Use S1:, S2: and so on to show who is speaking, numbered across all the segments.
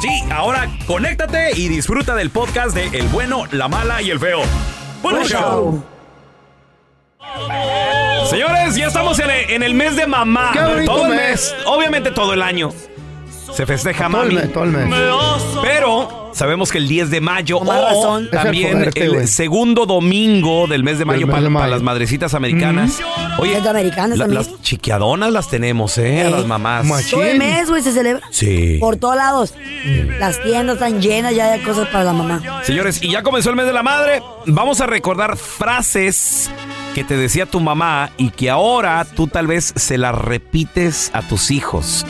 S1: Sí, ahora conéctate y disfruta del podcast de El bueno, la mala y el feo. Bueno show. Señores, ya estamos en el, en el mes de mamá.
S2: Qué bonito
S1: todo el
S2: mes.
S1: mes, obviamente todo el año. Se festeja
S2: Todo el
S1: mami.
S2: mes, todo el mes.
S1: Pero sabemos que el 10 de mayo
S3: Con más
S1: o
S3: razón.
S2: Es el
S1: también
S2: fuerte,
S1: el
S2: güey.
S1: segundo domingo del mes de mayo
S2: mes
S1: para,
S2: de
S1: para
S2: mayo.
S1: las madrecitas americanas. Oye,
S3: Es de americanas
S1: la-
S3: también.
S1: las chiquiadonas las tenemos, ¿eh? A
S3: Eh.
S1: las mamás.
S2: Machín.
S3: Todo el mes, güey, se celebra.
S1: Sí.
S3: Por todos lados. Las tiendas están llenas ya de cosas para la mamá.
S1: Señores, y ya comenzó el mes de la madre. Vamos a recordar frases que te decía tu mamá y que ahora tú tal vez se las repites a tus hijos.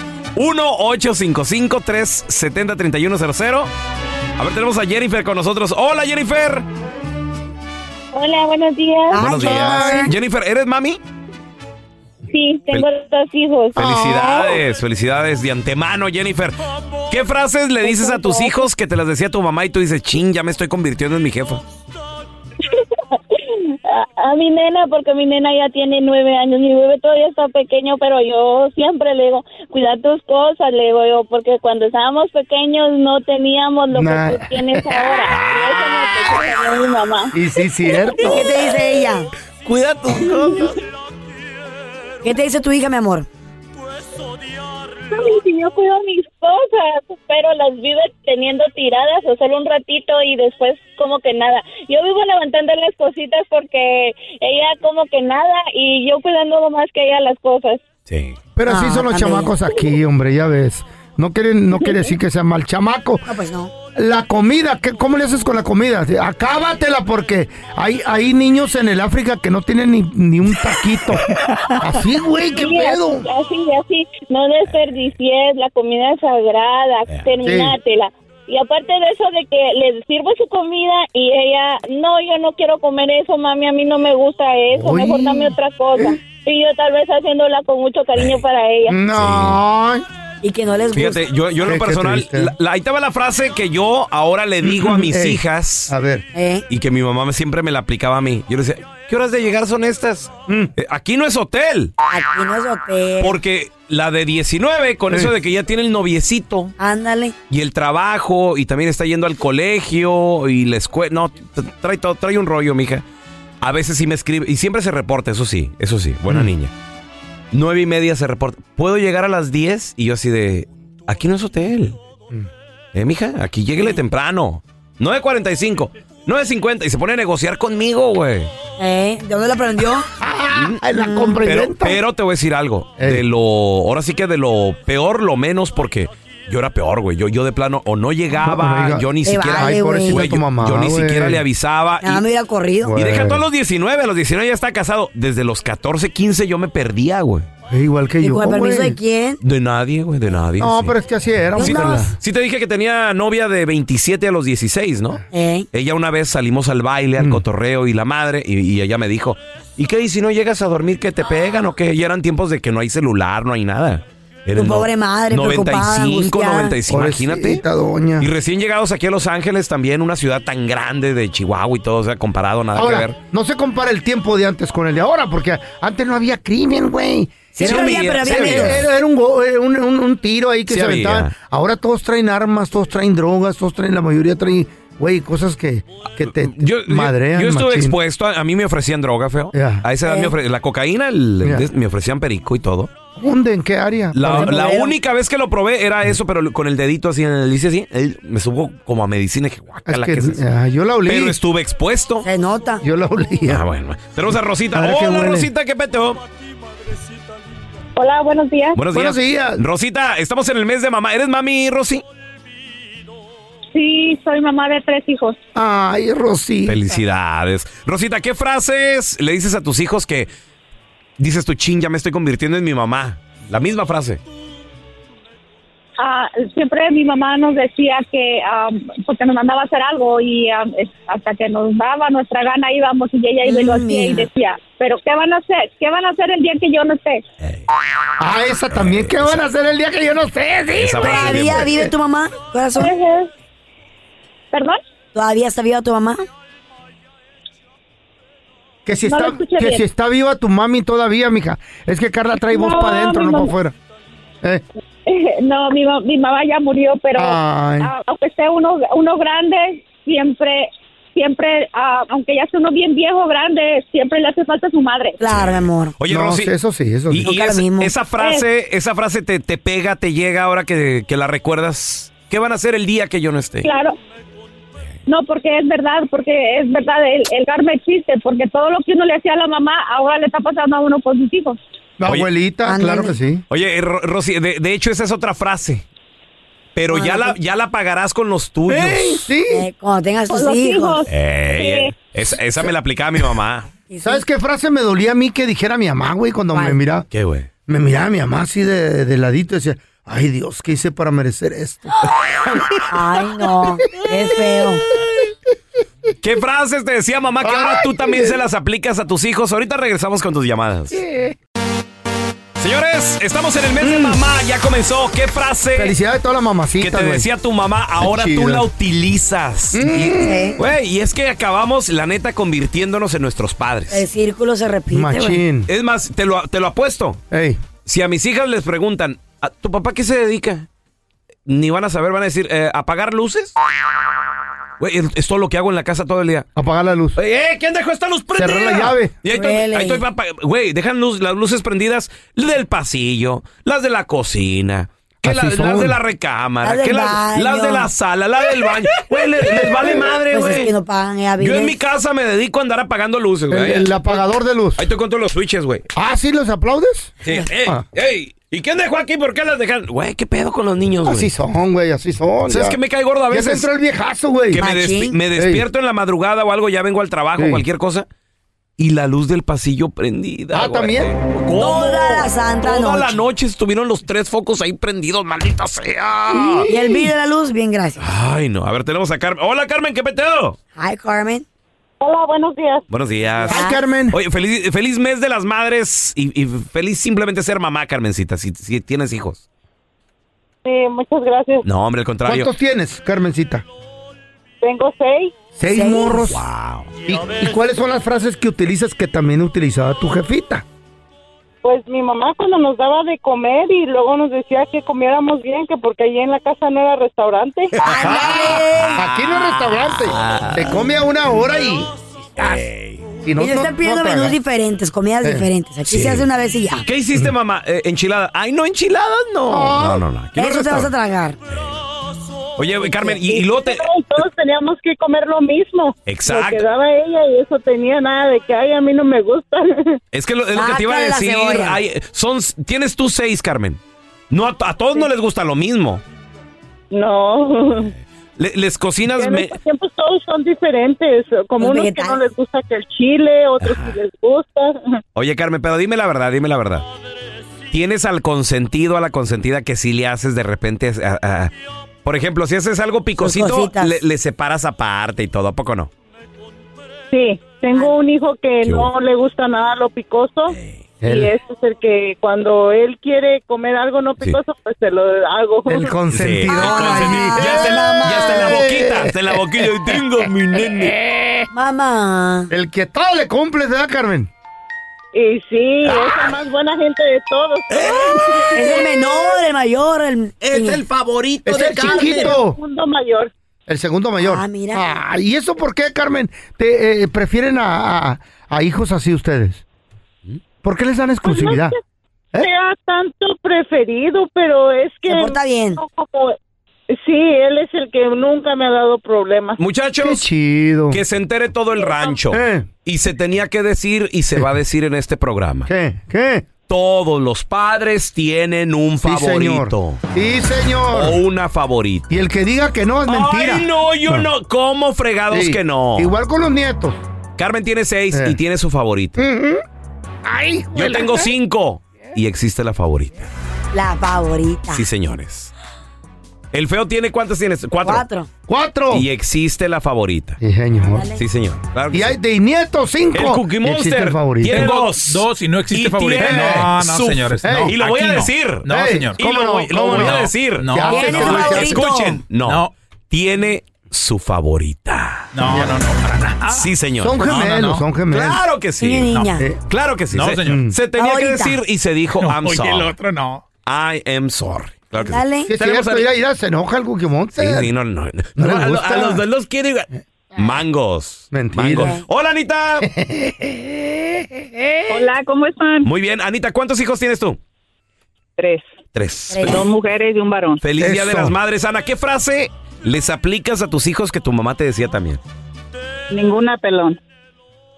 S1: 1-855-370-3100. A ver, tenemos a Jennifer con nosotros. Hola, Jennifer.
S4: Hola, buenos días.
S1: Ah, Buenos
S3: Ay,
S1: días.
S3: Jennifer.
S1: Jennifer, ¿eres mami?
S4: Sí, tengo dos hijos.
S1: Felicidades,
S2: Oh.
S1: felicidades de antemano, Jennifer. ¿Qué frases le dices a tus hijos que te las decía tu mamá y tú dices, ching, ya me estoy convirtiendo en mi jefa?
S2: Pues,
S4: A, Ah, a mi nena, porque mi nena ya tiene nueve años. Mi bebé todavía está pequeño, pero yo siempre le digo, cuida tus cosas, le digo yo, porque cuando estábamos pequeños no teníamos lo
S2: Nah.
S4: que tú tienes ahora. Y eso me lo dijo mi mamá.
S2: Y sí, cierto.
S3: ¿Qué te dice ella?
S1: Cuida tus cosas.
S3: ¿Qué te dice tu hija, mi amor?
S4: Mami, si yo cuido mis cosas, pero las vive teniendo tiradas o solo un ratito y después como que nada. Yo vivo levantando las cositas porque ella como que nada y yo cuidando más que ella las cosas.
S1: Sí.
S2: Pero así
S3: Ah,
S2: son los
S3: también.
S2: chamacos aquí, hombre, ya ves. No quieren, no quiere decir que sea mal chamaco.
S3: No, pues no.
S2: La comida, ¿qué- ¿cómo le haces con la comida? Acábatela porque hay, hay niños en el África que no tienen ni, ni un taquito. Así, güey, qué
S4: Sí,
S2: pedo.
S4: Así, así, así. No desperdicies, la comida es sagrada, terminátela. Y aparte de eso de que le sirvo su comida y ella, no, yo no quiero comer eso, mami, a mí no me gusta eso,
S2: Uy.
S4: mejor dame otra cosa. Y yo tal vez haciéndola con mucho cariño para ella.
S2: No.
S3: Y que no les gusta.
S1: Fíjate, yo, yo en lo
S2: Qué- qué
S1: personal,
S2: triste.
S1: la, la- ahí estaba la frase que yo ahora le digo a mis
S2: Ey,
S1: hijas
S2: A ver.
S3: ¿Eh?
S1: y que mi mamá me- siempre me la aplicaba a mí. Yo le decía, ¿qué horas de llegar son estas? Mm, eh, aquí no es hotel,
S3: Aquí no es hotel.
S1: porque la de 19, con
S2: Sí.
S1: eso de que ya tiene el noviecito
S3: Ándale.
S1: y el trabajo y también está yendo al colegio y la escuela, no, t- trae, todo, trae un rollo, mija. A veces sí me escribe y siempre se reporta, eso sí, eso sí, buena
S2: Mm.
S1: niña. Nueve y media se reporta. ¿Puedo llegar a las 10? Y yo así de, aquí no es hotel. Eh, mija, aquí lléguele temprano. 9.45, 9.50 y se pone a negociar conmigo, güey.
S3: ¿Eh? ¿De dónde lo aprendió?
S2: la
S1: Ah, mm, Pero,
S2: compraventa.
S1: pero te voy a decir algo. De lo. Ahora sí que de lo peor, lo menos, porque yo era peor, güey. Yo, yo de plano, o no llegaba,
S2: Oiga.
S1: yo ni
S3: Te
S1: siquiera.
S3: vale, Ah,
S2: Ay, pobrecita
S1: güey,
S2: tu
S1: yo,
S2: mamá,
S1: yo ni
S2: güey.
S1: siquiera le avisaba.
S3: Nada, me
S1: y,
S3: hubiera corrido.
S1: y deja
S2: güey.
S1: todos los 19, a los 19 ya está casado. Desde los 14, 15 yo me perdía, güey.
S2: Igual que
S3: ¿Y
S2: yo,
S3: con el permiso
S2: güey.
S3: de quién?
S1: De nadie, güey, de nadie.
S2: No,
S1: sí.
S2: pero es que así era.
S1: Sí te,
S2: güey.
S3: Vámonos.
S1: sí te dije que tenía novia de 27 a los 16, ¿no?
S3: ¿Eh?
S1: Ella una vez salimos al baile,
S2: Mm.
S1: al cotorreo y la madre, y, y ella me dijo, ¿y qué? ¿Y si no llegas a dormir que te pegan o qué? Y eran tiempos de que no hay celular, no hay nada. Era
S3: Tu
S1: no-
S3: pobre madre, preocupada,
S1: 95,
S3: angustiada.
S1: 95, imagínate.
S2: Pobrecita doña.
S1: Y recién llegados aquí a Los Ángeles, también una ciudad tan grande de Chihuahua y todo, o sea, comparado, nada que ver.
S2: Ahora, no se compara el tiempo de antes con el de ahora, porque antes no había crimen, güey.
S3: Sí,
S1: Era
S3: pero
S1: mi-
S3: había, pero había
S1: sí,
S3: menos.
S1: había.
S2: Era, era un, go- eh, un, un- un tiro ahí que
S1: Sí
S2: se
S1: había.
S2: aventaban. Ahora todos traen armas, todos traen drogas, todos traen, la mayoría traen, güey, cosas que, que te, te
S1: Yo, yo-
S2: madrean.
S1: yo estuve
S2: machín.
S1: expuesto, a, a mí me ofrecían droga, feo.
S2: Ya.
S1: A esa edad
S3: Eh.
S1: me ofrecían, la cocaína, el-
S2: Ya.
S1: des- me ofrecían perico y todo.
S2: ¿Dónde? ¿En qué área?
S1: La,
S3: Por
S1: la
S3: ejemplo,
S1: única vez que lo probé era eso, pero con el dedito así en el hice así, él me subo como a medicina y dije,
S2: Es
S1: guácala,
S2: que,
S1: ¿qué es eso?
S2: ah, yo la olí.
S1: Pero estuve expuesto.
S3: Se nota.
S2: Yo la olí.
S1: Ah, bueno. Tenemos a Rosita.
S2: A ver qué
S1: Hola,
S2: huele.
S1: Rosita, qué peteo.
S5: Hola, buenos días.
S1: Buenos días.
S2: Buenos días.
S1: Rosita, estamos en el mes de mamá. ¿Eres mami, Rosy?
S5: Sí, soy mamá de tres hijos.
S2: Ay, Rosy.
S1: Felicidades. Rosita, ¿qué frases le dices a tus hijos que dices tu chin, ya me estoy convirtiendo en mi mamá? La misma frase.
S5: Ah, siempre mi mamá nos decía que am, porque nos mandaba a hacer algo y am, es- hasta que nos daba nuestra gana íbamos y ella iba y lo
S3: Mm,
S5: hacía y
S3: mira.
S5: decía, pero ¿qué van a hacer? ¿Qué van a hacer el día que yo no esté?
S2: Ah, esa también. ¿Qué van a hacer el día que yo no sé? Sí,
S1: Esa
S2: güey.
S1: frase bien pues.
S3: ¿Todavía
S1: buena.
S3: vive tu mamá, corazón?
S5: Ujú. ¿Perdón?
S3: ¿Todavía está viva tu mamá?
S2: Que si,
S5: No
S2: está,
S5: la escuché
S2: que
S5: bien.
S2: si está viva tu mami todavía, mija. Es que Carla trae voz
S5: No,
S2: para adentro,
S5: mi
S2: no para
S5: mamá.
S2: afuera. Eh,
S5: no, mi, ma- mi mamá ya murió, pero
S2: Ay.
S5: ah, aunque esté uno, uno grande, siempre, siempre, ah, aunque ya sea uno bien viejo, grande, siempre le hace falta su madre.
S3: Claro, mi amor.
S1: Oye,
S2: No,
S1: Rosy.
S2: sí, eso sí, eso
S1: y-
S2: sí.
S1: y
S3: Nunca lo
S1: esa,
S3: mismo. Eh.
S1: esa frase, esa frase te, te pega, te llega ahora que, que la recuerdas. ¿Qué van a hacer el día que yo no esté?
S5: Claro. No, porque es verdad, porque es verdad, el, el karma existe, porque todo lo que uno le hacía a la mamá, ahora le está pasando a uno por sus hijos.
S2: La
S1: Oye.
S2: abuelita,
S3: Ándale.
S2: claro que sí.
S1: Oye, eh, Ro- Rosy, de, de hecho esa es otra frase. Pero ya la,
S3: pues-
S1: ya la pagarás con los tuyos.
S2: Ey, sí.
S3: Eh, cuando tengas
S5: Por
S3: tus
S5: los
S3: hijos.
S5: hijos.
S1: Ey, eh, esa, esa me la aplicaba mi mamá.
S3: Y sí.
S2: ¿Sabes qué frase me dolía a mí que dijera mi mamá, güey, cuando me
S3: ¿Cuál?
S2: miraba?
S1: ¿Qué, güey?
S2: Me miraba mi mamá así de, de ladito y decía, ay Dios, ¿qué hice para merecer esto?
S3: Ay, no. Es feo.
S1: ¿Qué frases te decía mamá que ahora tú también se las aplicas a tus hijos? Ahorita regresamos con tus llamadas. Señores, estamos en el mes de mamá. Ya comenzó. ¿Qué frase?
S2: Felicidades a toda la
S1: que
S2: mamacita,
S1: te
S2: güey. Mm.
S1: decía tu mamá, ahora
S2: chida.
S1: tú la utilizas. Y, güey, y es que acabamos, la neta, convirtiéndonos en nuestros
S3: El
S1: padres.
S3: círculo se repite, güey.
S2: Machín.
S1: Es más, te lo, te lo apuesto.
S2: Ey,
S1: Si a mis hijas les preguntan, ¿a tu papá qué se dedica? Ni van a saber, van a decir, eh, ¿apagar luces? Güey, es, es todo lo que hago en la casa todo el día.
S2: apagar la luz.
S1: Oye, ¿eh? ¿Quién dejó esta luz prendida?
S2: Mm. Cerró la llave.
S1: Y ahí estoy,
S3: Huele.
S1: ahí estoy, papá. Güey, dejan luz- las luces prendidas del pasillo, las de la cocina. Que
S2: Así
S1: la-
S2: son.
S1: las de la recámara,
S3: Las del
S1: que las,
S3: baño.
S1: las de la sala, las del baño. Güey, le- les, vale madre,
S3: Pues
S1: güey.
S3: es que no pagan, eh,
S1: Yo en
S3: biles.
S1: mi casa me dedico a andar apagando luces,
S2: El,
S1: güey.
S2: el apagador de luz.
S1: Ahí estoy con todos los switches, güey.
S2: Ah, ¿sí los aplaudes?
S1: Sí, ey,
S2: Ah.
S1: ey, ¿Y quién dejó aquí? ¿Por qué las dejan? Güey, ¿qué pedo con los niños, güey?
S2: Así son, güey, así son.
S1: ¿Sabes
S2: ya.
S1: que me cae gordo a
S2: Ya se
S1: veces?
S2: entró el viejazo, güey.
S1: que me, despi-
S3: Machín.
S1: me despierto en la madrugada o algo, ya vengo al trabajo,
S2: Sí.
S1: cualquier cosa. Y la luz del pasillo prendida.
S2: Ah,
S1: güey.
S2: ¿también?
S1: ¿Cómo?
S3: Toda la santa
S1: Toda
S3: noche.
S1: la noche estuvieron los tres focos ahí prendidos, maldita sea.
S3: Y el bill de la luz, bien, gracias.
S1: Ay, no. A ver, tenemos a Carmen. Hola, Carmen, ¿qué peteo?
S3: Hi, Carmen.
S5: Hola, buenos días.
S1: Buenos días.
S2: Ay, Carmen.
S1: Oye, feliz, feliz mes de las madres y, y feliz simplemente ser mamá, Carmencita, si, si tienes hijos.
S5: Sí, muchas gracias.
S1: No, hombre, al contrario.
S2: ¿Cuántos tienes, Carmencita?
S5: Tengo seis.
S2: Seis,
S3: Seis.
S2: morros.
S1: Wow.
S2: ¿Y, y cuáles son las frases que utilizas que también utilizaba tu jefita?
S5: Pues mi mamá cuando nos daba de comer y luego nos decía que comiéramos bien, que porque allí en la casa no era restaurante.
S2: Aquí no es
S1: Ah.
S2: restaurante. Te come a una hora y.
S1: Ey.
S2: Y no,
S3: Ellos
S2: no-
S3: están pidiendo
S2: no traga.
S3: menús diferentes, comidas
S2: Eh,
S3: diferentes. Aquí
S1: sí.
S3: se hace una vez y ya.
S1: ¿Qué hiciste, mamá? Eh, enchiladas. Ay, no, enchiladas no. No, no, no. Aquí no
S3: Eso te vas a
S1: restaurante.
S3: tragar.
S1: Oye, Carmen, y, y luego te...
S5: Todos- Todos teníamos que comer lo mismo.
S1: Exacto.
S5: Lo que daba ella y eso tenía nada de que, ay, a mí no me gusta.
S1: Es que lo, es lo que te iba a
S5: Sácale Ah, la
S1: decir.
S5: cebolla.
S1: Hay- son, tienes tú seis, Carmen. No, a, a todos no les gusta lo mismo.
S5: No.
S1: Le- les cocinas...
S5: En
S1: me-
S5: estos tiempos todos son diferentes. Como
S3: Los
S5: unos que no les gusta que el chile, otros que les gusta.
S1: Oye, Carmen, pero dime la verdad, dime la verdad. ¿Tienes al consentido, a la consentida que sí le haces de repente... a- a- por ejemplo, si haces algo picosito,
S5: cositas.
S1: le, le separas aparte y todo, ¿a poco no?
S5: Sí, tengo un hijo que
S1: Qué
S5: no le gusta nada lo picoso.
S1: Él.
S5: Y ese es el que cuando él quiere comer algo no picoso, pues se lo hago. Ah,
S2: El consentido.
S1: ya, está en la, ya Ah, está en la boquita, está en la boquilla. Y tengo mi nene.
S3: Mamá.
S2: El que todo le cumple, ¿verdad, Carmen?
S5: Y sí, es la más buena gente de todos.
S1: Eh.
S3: Es el menor, el mayor, el...
S2: Es el
S3: favorito
S2: Es el chiquito.
S5: Mundo mayor.
S2: El segundo mayor.
S3: Ah, mira.
S2: Ah, ¿Y eso por qué, Carmen? Te, eh, ¿Prefieren a, a- a hijos así ustedes? ¿Por qué les dan
S5: Pues
S2: exclusividad?
S1: ¿Eh?
S5: sea tanto preferido, pero es que...
S3: Se porta bien.
S5: no, como- sí, él es el que nunca me ha dado problemas.
S2: Qué
S1: Muchachos,
S2: chido.
S1: que se entere todo el rancho.
S2: Eh.
S1: Y se tenía que decir y se va a decir en este programa.
S2: ¿Qué? ¿Qué?
S1: Todos los padres tienen un
S2: Sí, señor.
S1: favorito.
S2: Sí, señor.
S1: O una favorita.
S2: Y el que diga que no es mentira.
S1: Ay, no, yo no. ¿Cómo fregados
S2: Sí.
S1: que no?
S2: Igual con los nietos.
S1: Carmen tiene seis
S2: Eh.
S1: y tiene su favorita.
S2: Ay,
S1: Yo tengo
S2: ¿eh?
S1: cinco y existe la favorita.
S3: La favorita.
S1: Sí, señores. El feo tiene cuántas tienes? Cuatro.
S3: Cuatro.
S2: cuatro.
S1: Y existe la favorita.
S2: Sí, señor.
S1: Sí, señor. Claro que
S2: Y
S1: sí.
S2: hay de nietos cinco.
S1: El Cookie
S2: Existe
S1: Monster
S2: el favorito.
S1: tiene
S6: Tengo
S1: dos.
S6: dos y no existe
S1: Y
S6: favorito.
S1: tiene
S6: No, no,
S1: Eh, su-
S6: señores. no,
S1: y lo voy
S6: aquí
S1: a
S6: no.
S1: decir.
S6: No,
S2: Ey,
S6: señor.
S1: Y lo
S2: ¿Cómo no?
S1: voy, lo
S2: ¿Cómo
S1: voy a
S2: no?
S1: decir.
S6: No.
S2: Ya
S3: Tiene
S2: se
S3: su
S2: lo dije.
S3: favorito.
S1: Escuchen. No.
S6: No.
S1: Tiene su favorita.
S6: No, no, no, para nada.
S1: Sí, señor.
S2: Son
S6: no,
S2: gemelos,
S6: no.
S2: son gemelos. Mm.
S1: Claro que sí.
S3: Niña, niña.
S2: Eh,
S1: Claro que sí.
S6: No,
S1: se,
S6: señor.
S1: se tenía que
S3: Favorita.
S1: decir y se dijo I'm
S6: Oye, el
S1: sorry.
S6: otro no.
S1: I am sorry. Claro que sí.
S3: Dale.
S2: Sí, es
S1: Tenemos
S2: cierto,
S1: al-
S2: mira, mira, se enoja el Cookie
S1: Sí,
S2: Monster.
S1: sí, no, no, no.
S2: No le
S1: a, lo-
S2: gusta.
S1: a los dos los quiere. igual. Mangos.
S2: Mentira.
S1: Mangos. Hola, Anita.
S5: Hola, ¿cómo están?
S1: Muy bien. Anita, ¿cuántos hijos tienes tú?
S5: Tres.
S1: Tres.
S3: Tres.
S5: Dos mujeres y un varón.
S1: Feliz Día de
S2: Eso.
S1: las Madres. Ana, ¿qué frase les aplicas a tus hijos que tu mamá te decía también?
S5: Ninguna pelón.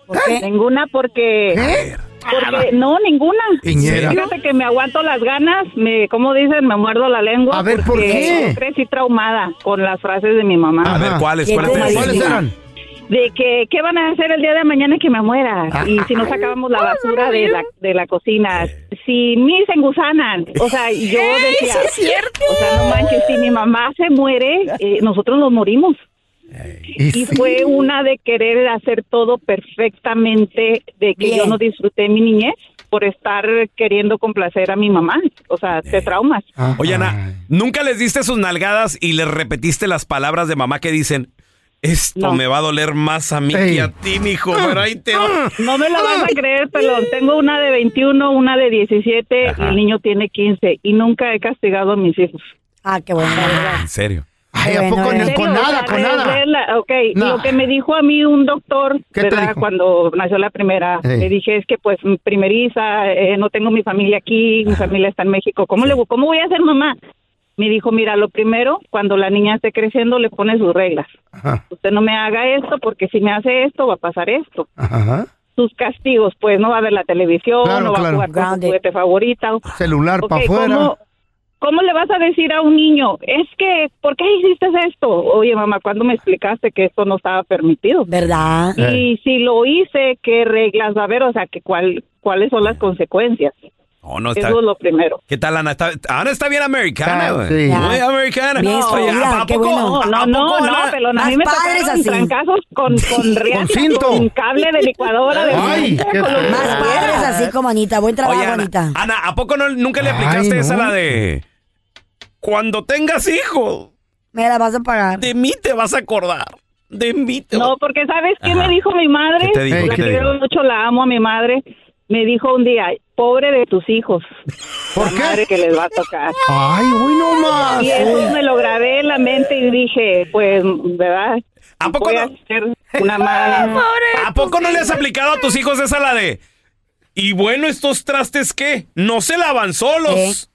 S3: ¿Por qué?
S5: Ninguna porque...
S2: ¿Eh?
S5: Porque, no, ninguna.
S2: Piñera.
S5: Fíjate que me aguanto las ganas, me, como dicen, me muerdo la lengua.
S2: A ver, ¿por
S5: porque
S2: qué?
S5: yo crecí traumada con las frases de mi mamá.
S1: A
S2: Ajá.
S1: ver, ¿cuáles?
S3: ¿Qué
S1: ¿Cuáles?
S3: te
S1: te
S3: decía?
S2: ¿Cuáles
S1: decían?
S2: eran?
S5: De que, ¿qué van a hacer el día de mañana que me muera? Y si Ah, no sacábamos la basura de la, de la cocina. Si mis engusanan. O sea, yo decía... es cierto! O sea, no manches, si mi mamá se muere, eh, nosotros nos morimos. Y
S2: sí.
S5: fue una de querer hacer todo perfectamente, de que
S3: Bien.
S5: yo no disfruté mi niñez por estar queriendo complacer a mi mamá. O sea, te traumas.
S2: Ajá.
S1: Oye, Ana, ¿nunca les diste sus nalgadas y les repetiste las palabras de mamá que dicen, esto
S5: No.
S1: me va a doler más a mí
S2: Ey.
S1: que a ti, mijo, pero
S2: Mm.
S1: ahí te va"? Mm.
S5: No me la vas a creer, pelón. Tengo una de 21, una de 17 y el niño tiene 15 y nunca he castigado a mis hijos.
S3: Ah, qué bueno. la verdad.
S1: En serio.
S2: Ay, ¿a
S3: Bueno,
S2: poco
S3: bueno. eh.
S2: ni- con
S5: serio, o
S2: nada,
S5: sea,
S2: con
S5: de-
S2: nada?
S5: de la- ok,
S2: Nah.
S5: lo que me dijo a mí un doctor,
S2: ¿Qué te
S5: ¿verdad?
S2: dijo?
S5: Cuando nació la primera,
S2: Ey.
S5: le dije, es que pues primeriza, eh, no tengo mi familia aquí, mi familia está en México, ¿cómo, le, ¿cómo voy a ser mamá? Me dijo, mira, lo primero, cuando la niña esté creciendo, le pone sus reglas.
S2: Ajá.
S5: Usted no me haga esto, porque si me hace esto, va a pasar esto.
S2: Ajá.
S5: Sus castigos, pues no va a ver la televisión,
S2: Claro,
S5: no va
S2: claro.
S5: a jugar con
S3: Grounded.
S5: su juguete favorito.
S2: Celular
S5: Ok,
S2: para afuera.
S5: ¿cómo, cómo le vas a decir a un niño? Es que, ¿por qué hiciste esto? Oye, mamá, ¿cuándo me explicaste que esto no estaba permitido?
S3: ¿Verdad?
S5: Y si lo hice, ¿qué reglas va a haber? O sea, que cuál, ¿cuáles son las consecuencias?
S1: No, no está.
S5: Eso es lo primero.
S1: ¿Qué tal, Ana? Está, Ana está bien americana,
S2: Está-
S1: güey.
S2: sí.
S1: Muy americana.
S3: Bien estudiada,
S1: ¿a- a
S3: qué
S1: poco-
S3: bueno.
S5: No,
S1: a-
S5: no,
S1: a
S5: no,
S2: Pues
S1: poco,
S5: no,
S1: Ana?
S5: pero a mí
S3: Más
S5: me
S3: padres
S5: tocaron
S3: así.
S5: trancazos con, con riata,
S2: cinto.
S5: con cable de licuadora. De
S2: Ay, qué
S5: con lo que
S2: feo.
S3: Más
S5: quieras.
S3: padres así como Anita. Buen trabajo,
S1: Oye, Ana,
S3: Anita.
S1: Ana, ¿a poco no- nunca le
S2: Ay,
S1: aplicaste
S2: no.
S1: esa la de cuando tengas hijo,
S3: Me la vas a pagar.
S1: de mí te vas a acordar? De mí te vas
S5: No, porque ¿sabes qué
S1: Ajá.
S5: me dijo mi madre?
S1: ¿Qué te dijo?
S2: Ey,
S5: La
S2: ¿qué te
S5: quiero
S1: dijo?
S5: mucho, la amo a mi madre. Me dijo un día, pobre de tus hijos.
S2: ¿Por
S5: la madre
S2: qué?
S5: que les va a tocar.
S2: Ay, uy, no más.
S5: Y eso me lo grabé en la mente y dije, pues, ¿verdad?
S1: ¿A poco
S5: Voy
S1: no?
S5: a ser una madre.
S1: ¿A poco no le has aplicado a tus
S2: Eh,
S1: hijos esa la de? Y bueno, estos trastes qué? No se lavan solos.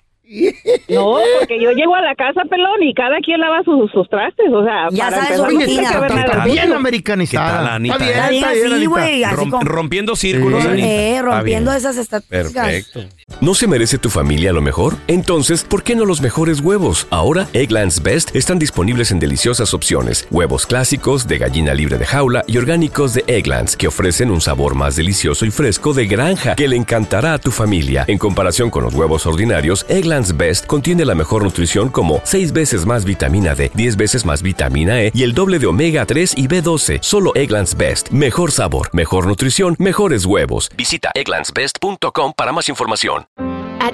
S7: No, porque yo llego a la casa, pelón, y cada quien lava sus, sus trastes, o sea,
S3: Ya sabes,
S7: empezar, no
S3: oye,
S7: tiene
S3: está-
S7: que ver
S1: está-
S7: nada.
S1: está
S2: Bien
S1: ¿Qué tal,
S2: americanizada.
S1: Anita? eh?
S2: Está bien,
S3: Está bien
S2: está bien,
S3: así,
S2: Anita.
S3: güey. Así
S1: Rom-
S3: como-
S1: rompiendo círculos,
S2: Sí.
S1: Anita.
S3: Eh,
S1: Está
S3: rompiendo
S1: bien.
S3: esas estadísticas.
S8: Perfecto. ¿No se merece tu familia lo mejor? Entonces, ¿por qué no los mejores huevos? Ahora, Egglands Best están disponibles en deliciosas opciones. Huevos clásicos, de gallina libre de jaula y orgánicos de Egglands, que ofrecen un sabor más delicioso y fresco de granja que le encantará a tu familia. En comparación con los huevos ordinarios, Egglands Best contiene la mejor nutrición como 6 veces más vitamina D, 10 veces más vitamina E y el doble de omega 3 y B12. Solo Egglands Best. Mejor sabor, mejor nutrición, mejores huevos. Visita egglandsbest.com para más información.
S6: At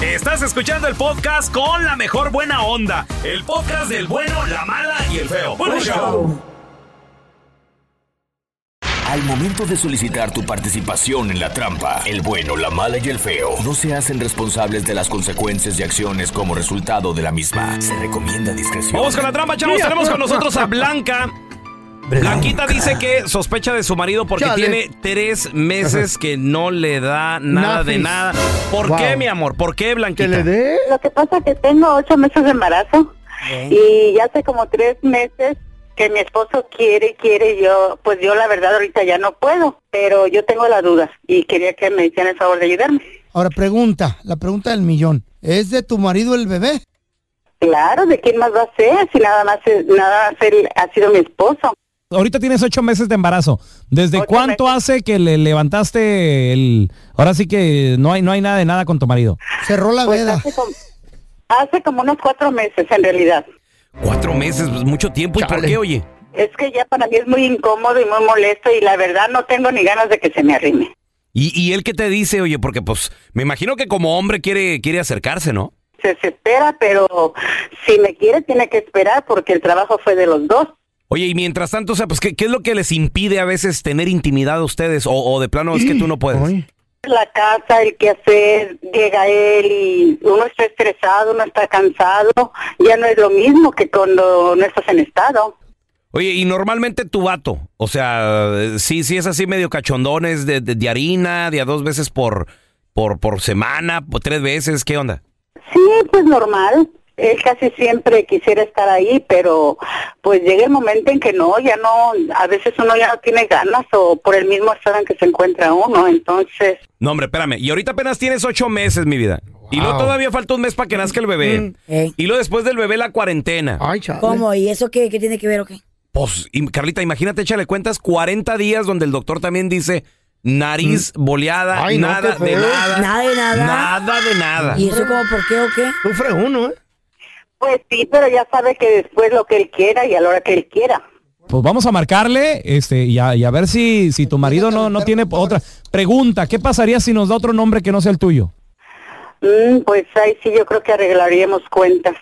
S1: Estás escuchando el podcast con la mejor buena onda. El podcast del bueno, la mala y el feo. Bueno, show.
S9: Al momento de solicitar tu participación en la trampa, el bueno, la mala y el feo no se hacen responsables de las consecuencias y acciones como resultado de la misma. Se recomienda discreción.
S1: Vamos con la trampa, chavos. Tenemos con nosotros a Blanca. Blanquita dice que sospecha de su marido porque
S2: Chale.
S1: tiene tres meses que no le da nada de
S2: Nafis.
S1: nada. ¿Por
S2: Wow.
S1: qué, mi amor? ¿Por qué, Blanquita?
S2: Que le dé.
S7: Lo que pasa es que tengo ocho meses de embarazo y ya hace como tres meses que mi esposo quiere, quiere, yo, pues yo la verdad ahorita ya no puedo, pero yo tengo la duda y quería que me hicieran el favor de ayudarme.
S2: Ahora pregunta, la pregunta del millón. ¿Es de tu marido el bebé?
S7: Claro, ¿de quién más va a ser? Si nada más, es- nada más él ha sido mi esposo.
S10: Ahorita tienes ocho meses de embarazo. ¿Desde
S7: Ocho
S10: cuánto hace que le levantaste el... Ahora sí que no hay, no hay nada de nada con tu marido.
S2: Cerró la
S7: Pues
S2: veda.
S7: hace, como, hace como unos cuatro meses en realidad.
S1: Cuatro meses, pues mucho tiempo. ¿Y por
S2: Chale.
S1: qué, oye?
S7: Es que ya para mí es muy incómodo y muy molesto y la verdad no tengo ni ganas de que se me arrime.
S1: ¿Y, y él qué te dice, oye? Porque, pues, me imagino que como hombre quiere, quiere acercarse, ¿no?
S7: Se desespera, pero si me quiere tiene que esperar porque el trabajo fue de los dos.
S1: Oye, y mientras tanto, o sea, pues, ¿qué, qué es lo que les impide a veces tener intimidad a ustedes? O, o de plano, es que tú no puedes.
S2: Ay.
S7: La casa, el que hacer, llega él y uno está estresado, uno está cansado, ya no es lo mismo que cuando no estás en estado.
S1: Oye, y normalmente tu vato, o sea, eh, sí, sí es así medio cachondones de, de, de harina, de a dos veces por, por, por semana, por tres veces, ¿qué onda?
S7: Sí, pues normal. Él casi siempre quisiera estar ahí, pero pues llega el momento en que no, ya no, a veces uno ya no tiene ganas o por el mismo estado en que se encuentra uno, entonces
S1: No, hombre, espérame. Y ahorita apenas tienes ocho meses, mi vida. Y luego todavía falta un mes para que nazca el bebé.
S3: eh.
S1: Y luego después del bebé la cuarentena.
S2: Mm, Ay, chale.
S3: ¿Cómo? ¿Y eso qué, qué tiene que ver o qué?
S1: Pues, y, Carlita, imagínate, échale cuentas, 40 días donde el doctor también dice nariz boleada,
S2: Mm. Ay, no,
S1: nada
S2: qué
S1: de
S2: feo.
S1: nada.
S3: Nada de nada.
S1: Nada de nada.
S3: ¿Y eso como por qué o qué?
S2: Sufre uno, ¿eh?
S7: Pues sí, pero ya sabe que después lo que él quiera y a la hora que él quiera.
S10: Pues vamos a marcarle este, y, a, y a ver si, si tu marido no, no tiene otra. Pregunta, ¿qué pasaría si nos da otro nombre que no sea el tuyo?
S7: Mm, pues ahí sí yo creo que arreglaríamos cuentas,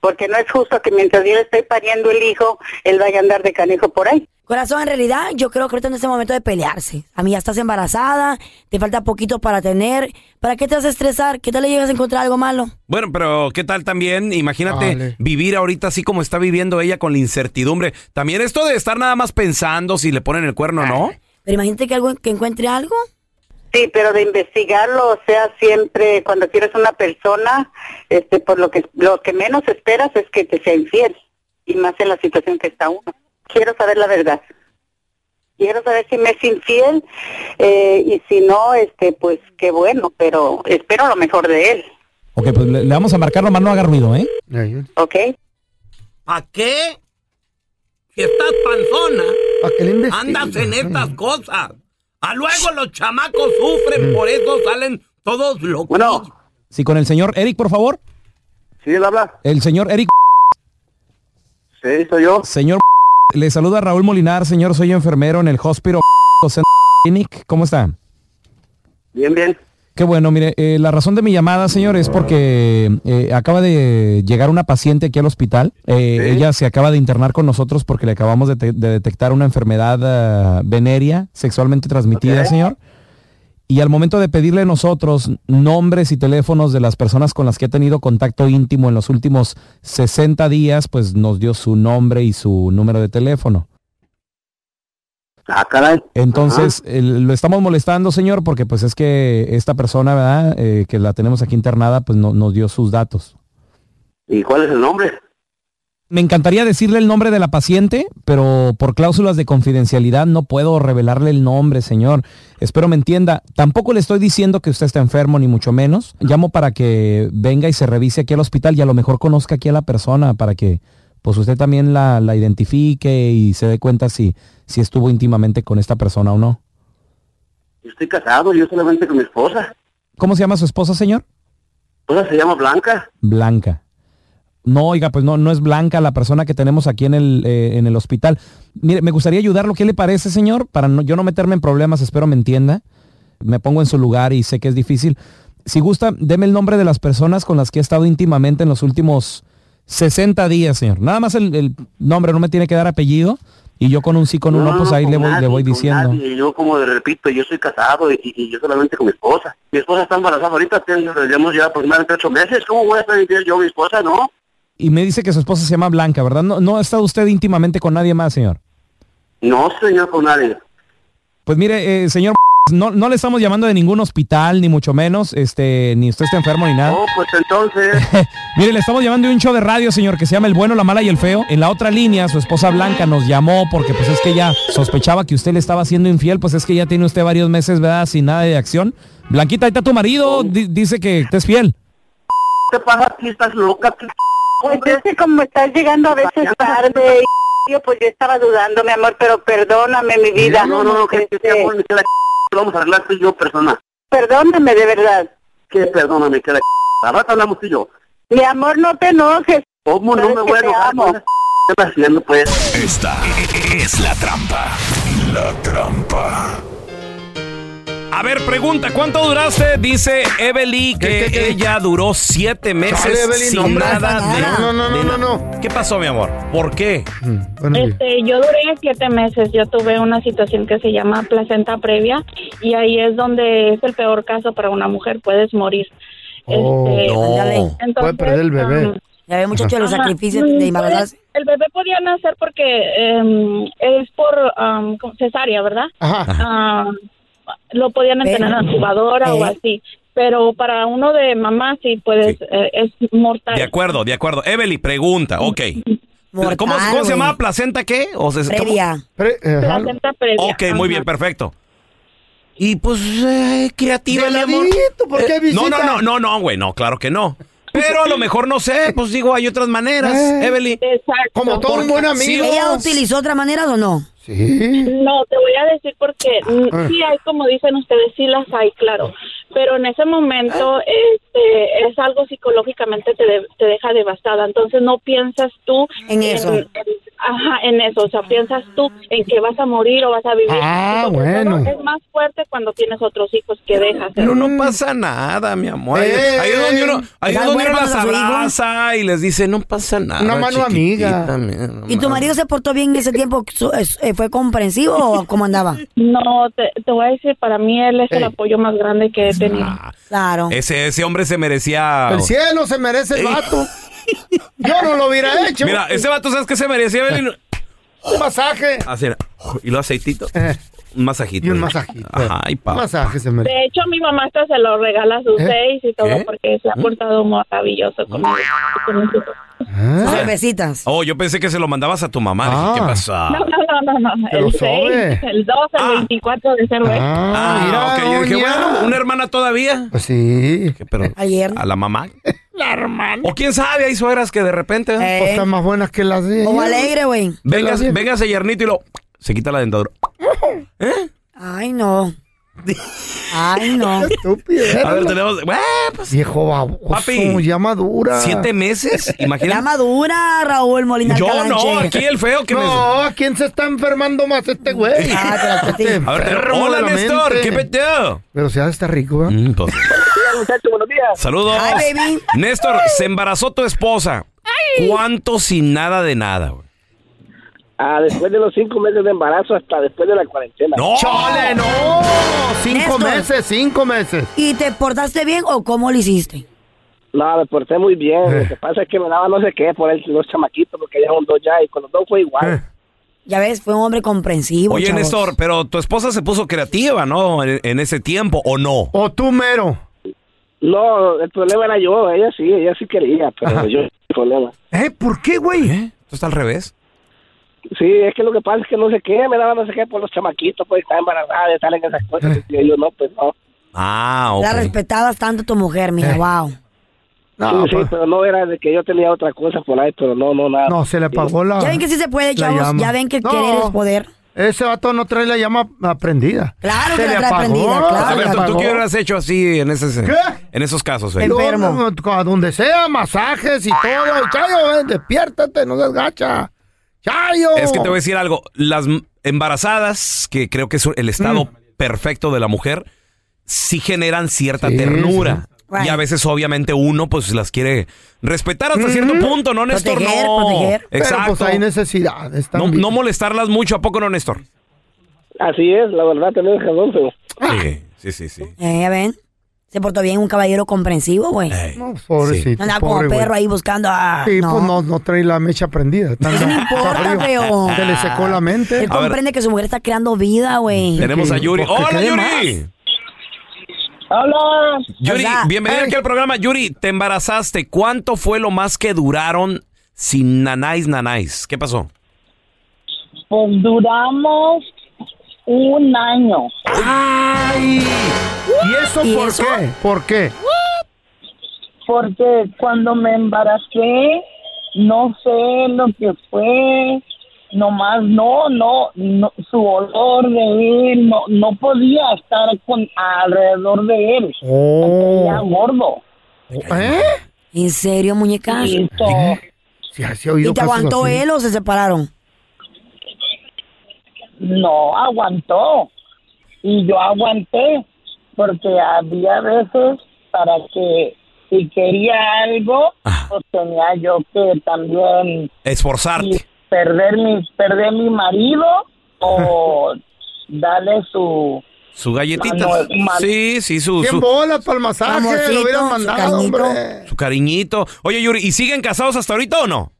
S7: porque no es justo que mientras yo le estoy pariendo el hijo, él vaya a andar de canejo por ahí.
S3: Corazón, en realidad yo creo que ahorita no es el momento de pelearse. A mí ya estás embarazada, te falta poquito para tener. ¿Para qué te vas a estresar? ¿Qué tal le llegas a encontrar algo malo?
S8: Bueno, pero ¿qué tal también? Imagínate vivir ahorita así como está viviendo ella con la incertidumbre. También esto de estar nada más pensando si le ponen el cuerno o no.
S3: Pero imagínate que, algo, que encuentre algo.
S7: Sí, pero de investigarlo, o sea, siempre cuando quieres una persona, este, por lo que lo que menos esperas es que te sea infiel y más en la situación que está uno. Quiero saber la verdad. Quiero saber si me es infiel eh, y si no, este, pues qué bueno, pero espero lo mejor de él,
S1: Ok, pues le, le vamos a marcar nomás, no haga ruido, ¿eh?
S7: ¿ok?
S11: ¿Para qué? Si estás panzona, andas en estas cosas. A luego los chamacos
S1: Mm.
S11: sufren, por eso salen todos locos.
S1: Sí, con el señor Eric, por favor.
S12: Sí, él habla.
S1: El señor Eric.
S12: Sí, soy yo.
S1: Señor, le saluda Raúl Molinar, señor, soy enfermero en el Hospital José Clinic. ¿Cómo está?
S12: Bien, bien.
S1: Qué bueno, mire, eh, la razón de mi llamada, señor, es porque eh, acaba de llegar una paciente aquí al hospital. Eh, Ella se acaba de internar con nosotros porque le acabamos de, te- de detectar una enfermedad ah, venérea sexualmente transmitida, señor. Y al momento de pedirle a nosotros nombres y teléfonos de las personas con las que ha tenido contacto íntimo en los últimos 60 días, pues nos dio su nombre y su número de teléfono. Entonces, eh, lo estamos molestando, señor, porque pues es que esta persona, ¿verdad? Eh, que la tenemos aquí internada, pues no- nos dio sus datos.
S12: ¿Y cuál es el nombre?
S1: Me encantaría decirle el nombre de la paciente, pero por cláusulas de confidencialidad no puedo revelarle el nombre, señor. Espero me entienda. Tampoco le estoy diciendo que usted está enfermo, ni mucho menos. Llamo para que venga y se revise aquí al hospital y a lo mejor conozca aquí a la persona para que pues usted también la, la identifique y se dé cuenta si, si estuvo íntimamente con esta persona o no.
S12: Yo estoy casado, yo solamente con mi esposa.
S1: ¿Cómo se llama su esposa, señor?
S12: Mi esposa se llama Blanca.
S1: Blanca. No, oiga, pues no, no es Blanca la persona que tenemos aquí en el, eh, en el hospital. Mire, me gustaría ayudarlo. ¿Qué le parece, señor? Para no, yo no meterme en problemas, espero me entienda. Me pongo en su lugar y sé que es difícil. Si gusta, deme el nombre de las personas con las que he estado íntimamente en los últimos 60 días, señor. Nada más el, el nombre, no me tiene que dar apellido. Y yo con un sí, con un no, pues ahí
S12: con
S1: le voy, le
S12: nadie,
S1: voy
S12: con
S1: diciendo.
S12: nadie. Yo, como de- repito, yo soy casado y, y- y yo solamente con mi esposa. Mi esposa está embarazada ahorita, tengo- llevamos ya aproximadamente ocho meses. ¿Cómo voy a estar infiel yo a mi esposa? No.
S1: Y me dice que su esposa se llama Blanca, ¿verdad? No, no ha estado usted íntimamente con nadie más, señor.
S12: No, señor, con nadie.
S1: Pues mire, eh, señor, no, no le estamos llamando de ningún hospital, ni mucho menos, este, ni usted está enfermo ni nada.
S12: No, pues entonces.
S1: Mire, le estamos llamando de un show de radio, señor, que se llama El Bueno, la Mala y el Feo. En la otra línea, su esposa Blanca nos llamó porque pues es que ya sospechaba que usted le estaba haciendo infiel, pues es que ya tiene usted varios meses, ¿verdad? Sin nada de acción. Blanquita, ahí está tu marido, di- dice que te es fiel.
S12: ¿Qué pasa? ¿Aquí estás loca? ¿Qué
S7: Pues yo sé cómo estás llegando a veces tarde. y Yo pues yo estaba dudando, mi amor, pero perdóname mi vida.
S12: No, no, no, que, que,
S7: Este,
S12: que la lo vamos a arreglar tú y yo, persona.
S7: Perdóname de verdad.
S12: Que perdóname, que la a rato hablamos tú y yo.
S7: Mi amor, no te enojes.
S12: ¿Cómo no
S7: Sabes
S12: me
S7: que
S12: voy a
S7: te
S12: enojar
S7: amo.
S12: con esa ¿Qué estás haciendo, pues?
S13: Esta es la trampa. La trampa.
S8: A ver, pregunta, ¿cuánto duraste? Dice Evelyn que ella duró siete meses
S2: Chale, Evelyn,
S8: sin
S2: no, hombre.
S8: nada de
S2: No, no, no,
S8: de
S2: no, Mm,
S8: na- ¿Qué pasó, mi amor? ¿Por qué?
S4: Este, yo duré siete meses, yo tuve una situación que se llama placenta previa y ahí es donde es el peor caso para una mujer, puedes morir.
S12: Oh,
S4: Este,
S2: Oh,
S3: pues
S2: Puede
S4: entonces,
S2: perder el bebé.
S4: um,
S3: Ya ve muchacho los
S4: Ajá.
S3: sacrificios
S4: Mm,
S3: de
S4: puede-
S3: embarazarse.
S4: El bebé podía nacer porque em, es por em, como cesárea, ¿verdad? Ah, lo podían
S3: Pero- eh,
S4: tener en la incubadora o así, pero para uno de mamá sí puedes, eh, es mortal.
S8: De acuerdo, de acuerdo. Evelyn, pregunta, ok.
S4: Mortal,
S8: ¿Cómo, cómo se
S4: güey.
S8: llamaba? ¿Placenta qué? O
S1: Pues,
S8: se- cómo-
S2: eh.
S4: Placenta previa.
S8: Ok, muy bien, perfecto.
S11: Y pues, eh, creativa, mi amor.
S2: ¿por qué
S11: Eh,
S8: No, no, no, no, no, güey, no, claro que no. Pero a lo mejor no sé, pues digo, hay otras maneras, Evelyn.
S2: Como todo un buen amigo.
S3: ¿Ella utilizó otras maneras o no?
S4: No, te voy a decir porque mm,
S3: Ah.
S4: sí hay, como dicen ustedes, sí las hay, claro. Pero en ese momento este, es algo psicológicamente te, de- te deja devastada. Entonces no piensas tú
S3: En eso.
S4: en-
S14: ajá, en eso, o sea, piensas tú en que vas a morir o vas a vivir.
S4: Ah,
S14: Y sobre
S4: bueno.
S14: todo, Es más fuerte cuando tienes otros hijos que dejas.
S1: Pero no pasa nada, mi amor. Ahí-
S14: Eh,
S1: ahí es donde uno, ahí es
S14: da
S1: donde uno
S14: vueltas
S1: las
S14: a su hijo.
S1: abraza y les dice, no pasa nada.
S3: Una mano
S1: chiquitita,
S3: amiga.
S1: mira, no
S3: ¿Y tu marido se portó bien en ese tiempo? ¿Su- es- eh, ¿Fue comprensivo o cómo andaba?
S14: No, te, te voy a decir, para mí él es el apoyo más grande que he tenido.
S3: Claro.
S1: Ese, ese hombre se merecía.
S2: El cielo se merece el vato. Yo no lo hubiera hecho.
S1: Mira, ese vato, ¿sabes qué se merecía, Belín?
S2: Un masaje.
S1: Así era. Y los aceititos. Un masajito.
S2: Eh. Y un masajito.
S1: Ajá, y pa.
S2: Un masaje se merece.
S14: De hecho, mi mamá hasta se lo regala a sus
S1: ¿Eh?
S14: seis y todo
S1: ¿Qué?
S14: porque se ha
S1: ¿Mm?
S14: portado maravilloso conmigo. con mis hijos.
S2: Sus
S3: cervecitas.
S1: Oh, yo pensé que se lo mandabas a tu mamá.
S2: Ah.
S1: Dije, ¿Qué pasa?
S14: No, no, no, no, no.
S1: Ah. Se lo
S14: El
S1: sobe.
S14: 6, el 2, el 24 de ser
S2: Ah,
S1: Ah, ok. Yo dije, bueno, una hermana todavía.
S2: Pues sí.
S1: Pero
S3: Ayer.
S1: a la mamá.
S3: La hermana.
S1: O quién sabe, hay suegras que de repente.
S3: Eh.
S2: Eh, Pues están más buenas que las de.
S3: O
S2: ella.
S3: alegre, güey.
S1: Véngase, véngase, yernito, y lo. Se quita la dentadura.
S3: Ay, no. Ay, no.
S2: Estúpido.
S1: A ver, tenemos. ¡Güey! pues.
S2: Viejo baboso.
S1: Papi.
S2: Ya madura.
S1: ¿Siete meses?
S3: Ya
S1: Imagínate.
S3: madura, Raúl Molina.
S1: Yo
S3: Calanche.
S1: no, aquí el feo que me-
S2: No, ¿quién se está enfermando más este güey?
S3: Ah, te la metí.
S1: A ver, tenemos-
S2: Enfermo
S1: hola
S2: de la
S1: Néstor,
S2: mente.
S1: ¿qué peteo? Mm, pues,
S2: Pero si está rico, ¿eh? ¿verdad?
S1: Saludos.
S2: Hi, baby.
S1: Néstor, se embarazó tu esposa. ¿Cuánto sin nada de nada, güey?
S15: Ah, después de los cinco meses de embarazo hasta después de la cuarentena.
S1: ¡No!
S2: ¡Chole, no! Cinco
S3: Néstor.
S2: meses, cinco meses.
S3: ¿Y te portaste bien o cómo lo hiciste?
S15: No, me porté muy bien.
S2: Eh.
S15: Lo que pasa es que me daba no sé qué por el, los chamaquitos, porque ya son dos ya, y con los dos fue
S2: Eh.
S15: igual.
S3: Ya ves, fue un hombre comprensivo.
S1: Oye,
S3: chavos.
S1: Néstor, pero tu esposa se puso creativa, ¿no? En, en ese tiempo, ¿o no?
S2: O tú mero.
S15: No, el problema era yo. Ella sí, ella sí quería, pero
S1: Ajá.
S15: yo el problema.
S2: ¿Eh? ¿Por qué, güey?
S1: Esto está al revés.
S15: Sí, es que lo que pasa es que no sé qué, me daba no sé qué por los chamaquitos, pues estar embarazada, estar en esas cosas. Y yo no, pues no.
S1: Ah,
S3: La respetabas tanto tu mujer, mija,
S1: Eh.
S3: wow.
S15: sí, sí, pero no era de que yo tenía otra cosa por ahí, pero no, no, nada.
S2: pues. No, se le apagó la.
S3: Ya ven que sí se puede,
S2: la
S3: chavos.
S2: llama.
S3: Ya ven que
S2: No.
S3: querer es poder.
S2: Ese vato no trae la llama aprendida.
S3: Claro
S2: Se
S3: que
S2: le
S3: la trae
S2: apagó.
S3: prendida,
S1: A
S3: claro.
S1: ver, ¿tú, tú qué hubieras hecho así en, ese,
S2: ¿Qué?
S1: en esos casos, eh? güey?
S2: Enfermo. a donde sea, masajes y todo. Chayo, ven, despiértate, no desgacha. Chayo.
S1: Es que te voy a decir algo. Las m- embarazadas, que creo que es el estado perfecto de la mujer, sí generan cierta ternura. Y a veces, obviamente, uno pues las quiere respetar hasta cierto punto, ¿no, Néstor?
S2: Proteger,
S1: no.
S2: proteger. Mm-hmm. Pero,
S1: Exacto.
S2: pues, hay necesidades
S1: no,
S2: también.
S1: no molestarlas mucho, ¿a poco no, Néstor?
S15: Así es, la verdad, tenés razón, pero...
S1: Sí, sí, sí, sí.
S3: Eh, ya ven. Se portó bien un caballero comprensivo, güey.
S2: No, pobrecito.
S3: No andaba
S2: pobre
S3: como
S2: güey.
S3: perro ahí buscando a.
S2: Sí,
S3: no.
S2: pues no, no trae la mecha prendida.
S3: No importa, feo.
S2: Se le secó la mente. Mm.
S3: Él comprende que su mujer está creando vida, güey.
S1: Tenemos a Yuri. ¡Hola, Yuri!
S15: Hola.
S1: Yuri, bienvenida aquí al programa. Yuri, te embarazaste. ¿Cuánto fue lo más que duraron sin nanáis, nanáis? ¿Qué pasó?
S14: Pues duramos un año.
S2: ¡Ay! ¿Y eso por qué? ¿Por qué?
S14: Porque cuando me embaracé, no sé lo que fue, nomás no, no, no, su olor de él, no, no podía estar con alrededor de él. Ya gordo.
S2: Oh. ¿Eh?
S3: ¿En serio, muñeca?
S14: Y esto-
S2: Si así he oído
S3: ¿Y te
S2: casos
S3: aguantó
S2: así.
S3: él o se separaron?
S14: no aguantó y yo aguanté porque había veces para que si quería algo pues tenía yo que también
S1: Esforzarte.
S14: perder mi perder mi marido o darle su
S1: Su galletita.
S14: Mano- mano-
S1: Sí, sí, su,
S2: ¿Quién
S1: su,
S2: bolas para el masaje?
S14: Amorcito,
S2: lo hubieran
S14: su
S2: mandado,
S14: cañito.
S2: hombre.
S1: su cariñito. Oye, Yuri, ¿y siguen casados hasta ahorita o no?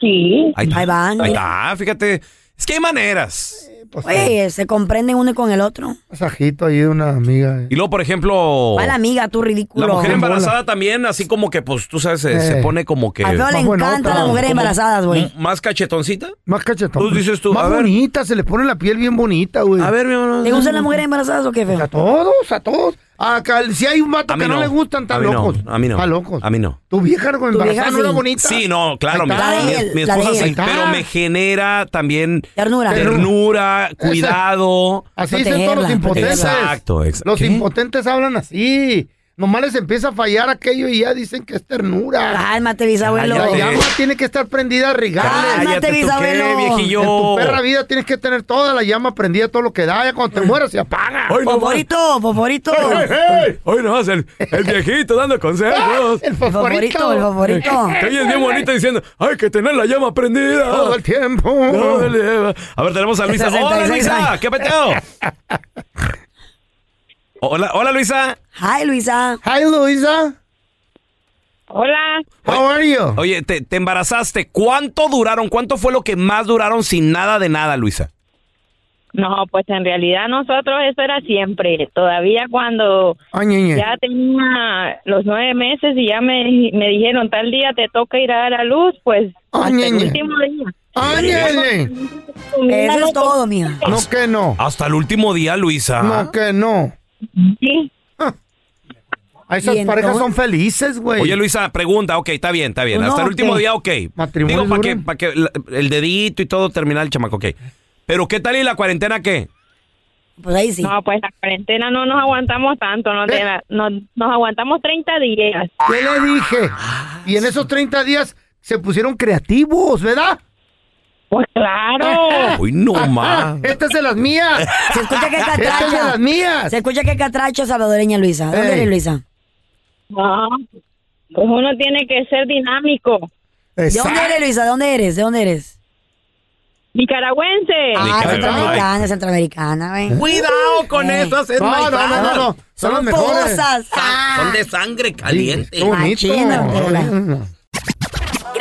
S14: sí
S1: Ahí, está.
S3: Ahí van.
S1: Ahí está, fíjate. Es que hay maneras.
S3: Oye, se comprenden uno con el otro.
S2: Masajito ahí de una amiga. eh.
S1: Y luego, por ejemplo,
S3: Mala amiga, tú ridículo.
S1: la mujer embarazada también, así como que, pues, tú sabes, se, se
S2: Eh.
S1: pone como que...
S3: Al feo le
S2: Más buenota.
S3: encantan las mujeres
S1: como-
S3: embarazadas, güey.
S1: m- ¿Más cachetoncita?
S2: Más cachetón.
S1: Pues dices tú,
S2: Más
S1: a ver.
S2: bonita, se le pone la piel bien bonita, güey. Pues,
S1: A ver, mi amor.
S3: ¿Te gustan las mujeres embarazadas o qué, feo?
S2: A todos, a todos. Acá, si hay un vato
S1: A mí
S2: que no,
S1: no.
S2: le gustan,
S1: A
S2: tan
S1: mí no,
S2: locos.
S1: a mí no.
S2: Tan locos.
S1: A mí no.
S2: Tu vieja con
S3: Tu vieja
S2: embarazada no era
S3: sí.
S2: bonita.
S1: Sí, no, claro.
S2: Ahí
S1: Mi,
S2: está.
S3: La de
S1: mi-
S3: él,
S1: mi
S3: la
S1: esposa
S3: de él.
S1: sí,
S3: Ahí está.
S1: pero me genera también
S3: Ternura.
S1: ternura, cuidado.
S2: Así dicen todos los
S3: Protegerla,
S2: impotentes.
S1: Exacto, exacto.
S2: Los impotentes hablan así. Nomás les empieza a fallar aquello y ya dicen que es ternura.
S3: Cálmate, bisabuelo.
S2: La llama tiene que estar prendida a regarle.
S3: Cálmate, ¿tú qué, bisabuelo. viejillo?
S2: En tu perra vida tienes que tener toda la llama prendida, todo lo que da. Ya cuando te mueras se apaga.
S3: Favorito, favorito.
S1: Hoy nomás el, el viejito dando consejos.
S2: ¡Ah! El
S3: favorito, el favorito.
S1: Que ella es bien bonita diciendo, hay que tener la llama prendida.
S2: Todo el tiempo.
S1: Todo el tiempo. A ver, tenemos a Luisa. ¡Hola, Luisa! ¿Qué peteo? Hola, hola, Luisa.
S3: Hi, Luisa.
S2: Hi, Luisa.
S4: Hola.
S2: How are you?
S1: Oye, te, te embarazaste. ¿Cuánto duraron? ¿Cuánto fue lo que más duraron sin nada de nada, Luisa?
S4: No, pues en realidad nosotros eso era siempre. Todavía cuando
S2: Ay, ñe, ñe.
S4: ya tenía los nueve meses y ya me, me dijeron tal día te toca ir a dar a luz, pues
S2: Ay,
S4: hasta el
S2: ñe, ñe.
S4: último día.
S2: ¡Áñele!
S3: Eso es todo, mía.
S2: No que no.
S1: Hasta el último día, Luisa.
S2: No que no.
S4: Sí.
S2: Ah, esas
S3: ¿Y
S2: parejas
S3: entonces?
S2: son felices, güey.
S1: Oye, Luisa, pregunta. Ok, está bien, está bien.
S3: No,
S1: Hasta el
S3: ok.
S1: último día, ok.
S2: Matrimonio
S1: Digo, para que,
S2: dura.
S1: pa' que la- el dedito y todo terminar el chamaco, ok. Pero, ¿qué tal y la cuarentena qué?
S3: Pues ahí sí.
S4: No, pues la cuarentena no nos aguantamos tanto, no
S2: Eh.
S4: te- no- nos aguantamos 30 días.
S2: ¿Qué le dije? Y en esos 30 días se pusieron creativos, ¿verdad?
S4: Pues claro.
S1: Uy, no más.
S2: Esta Este es de las mías.
S3: Se escucha que
S2: Esta es de
S3: catracha.
S2: las mías.
S3: Se escucha que catracha salvadoreña, Luisa. ¿Dónde
S2: Ey.
S3: eres, Luisa?
S4: No, pues uno tiene que ser dinámico.
S3: ¿De dónde eres, Luisa? ¿De dónde eres? ¿De dónde eres?
S4: Nicaragüense.
S3: Ah,
S1: Nicaragua.
S3: centroamericana, centroamericana, güey.
S1: Cuidado con
S3: Eh.
S1: esas
S2: No, no, no, no, no. Son las
S3: Son
S2: mejores.
S3: cosas.
S1: Son de sangre caliente.
S2: Qué bonito.
S3: Machina.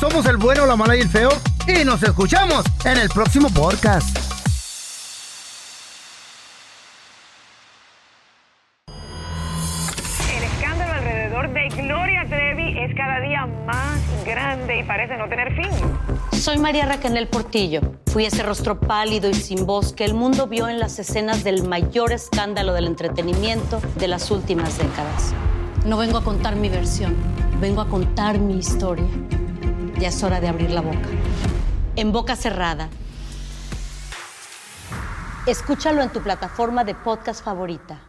S2: Somos el bueno, la mala y el feo. Y nos escuchamos en el próximo podcast.
S5: El escándalo alrededor de Gloria Trevi es cada día más grande y parece no tener fin.
S16: Soy María Raquel Portillo. Fui ese rostro pálido y sin voz que el mundo vio en las escenas del mayor escándalo del entretenimiento de las últimas décadas. No vengo a contar mi versión, vengo a contar mi historia. Ya es hora de abrir la boca. En boca cerrada. Escúchalo en tu plataforma de podcast favorita.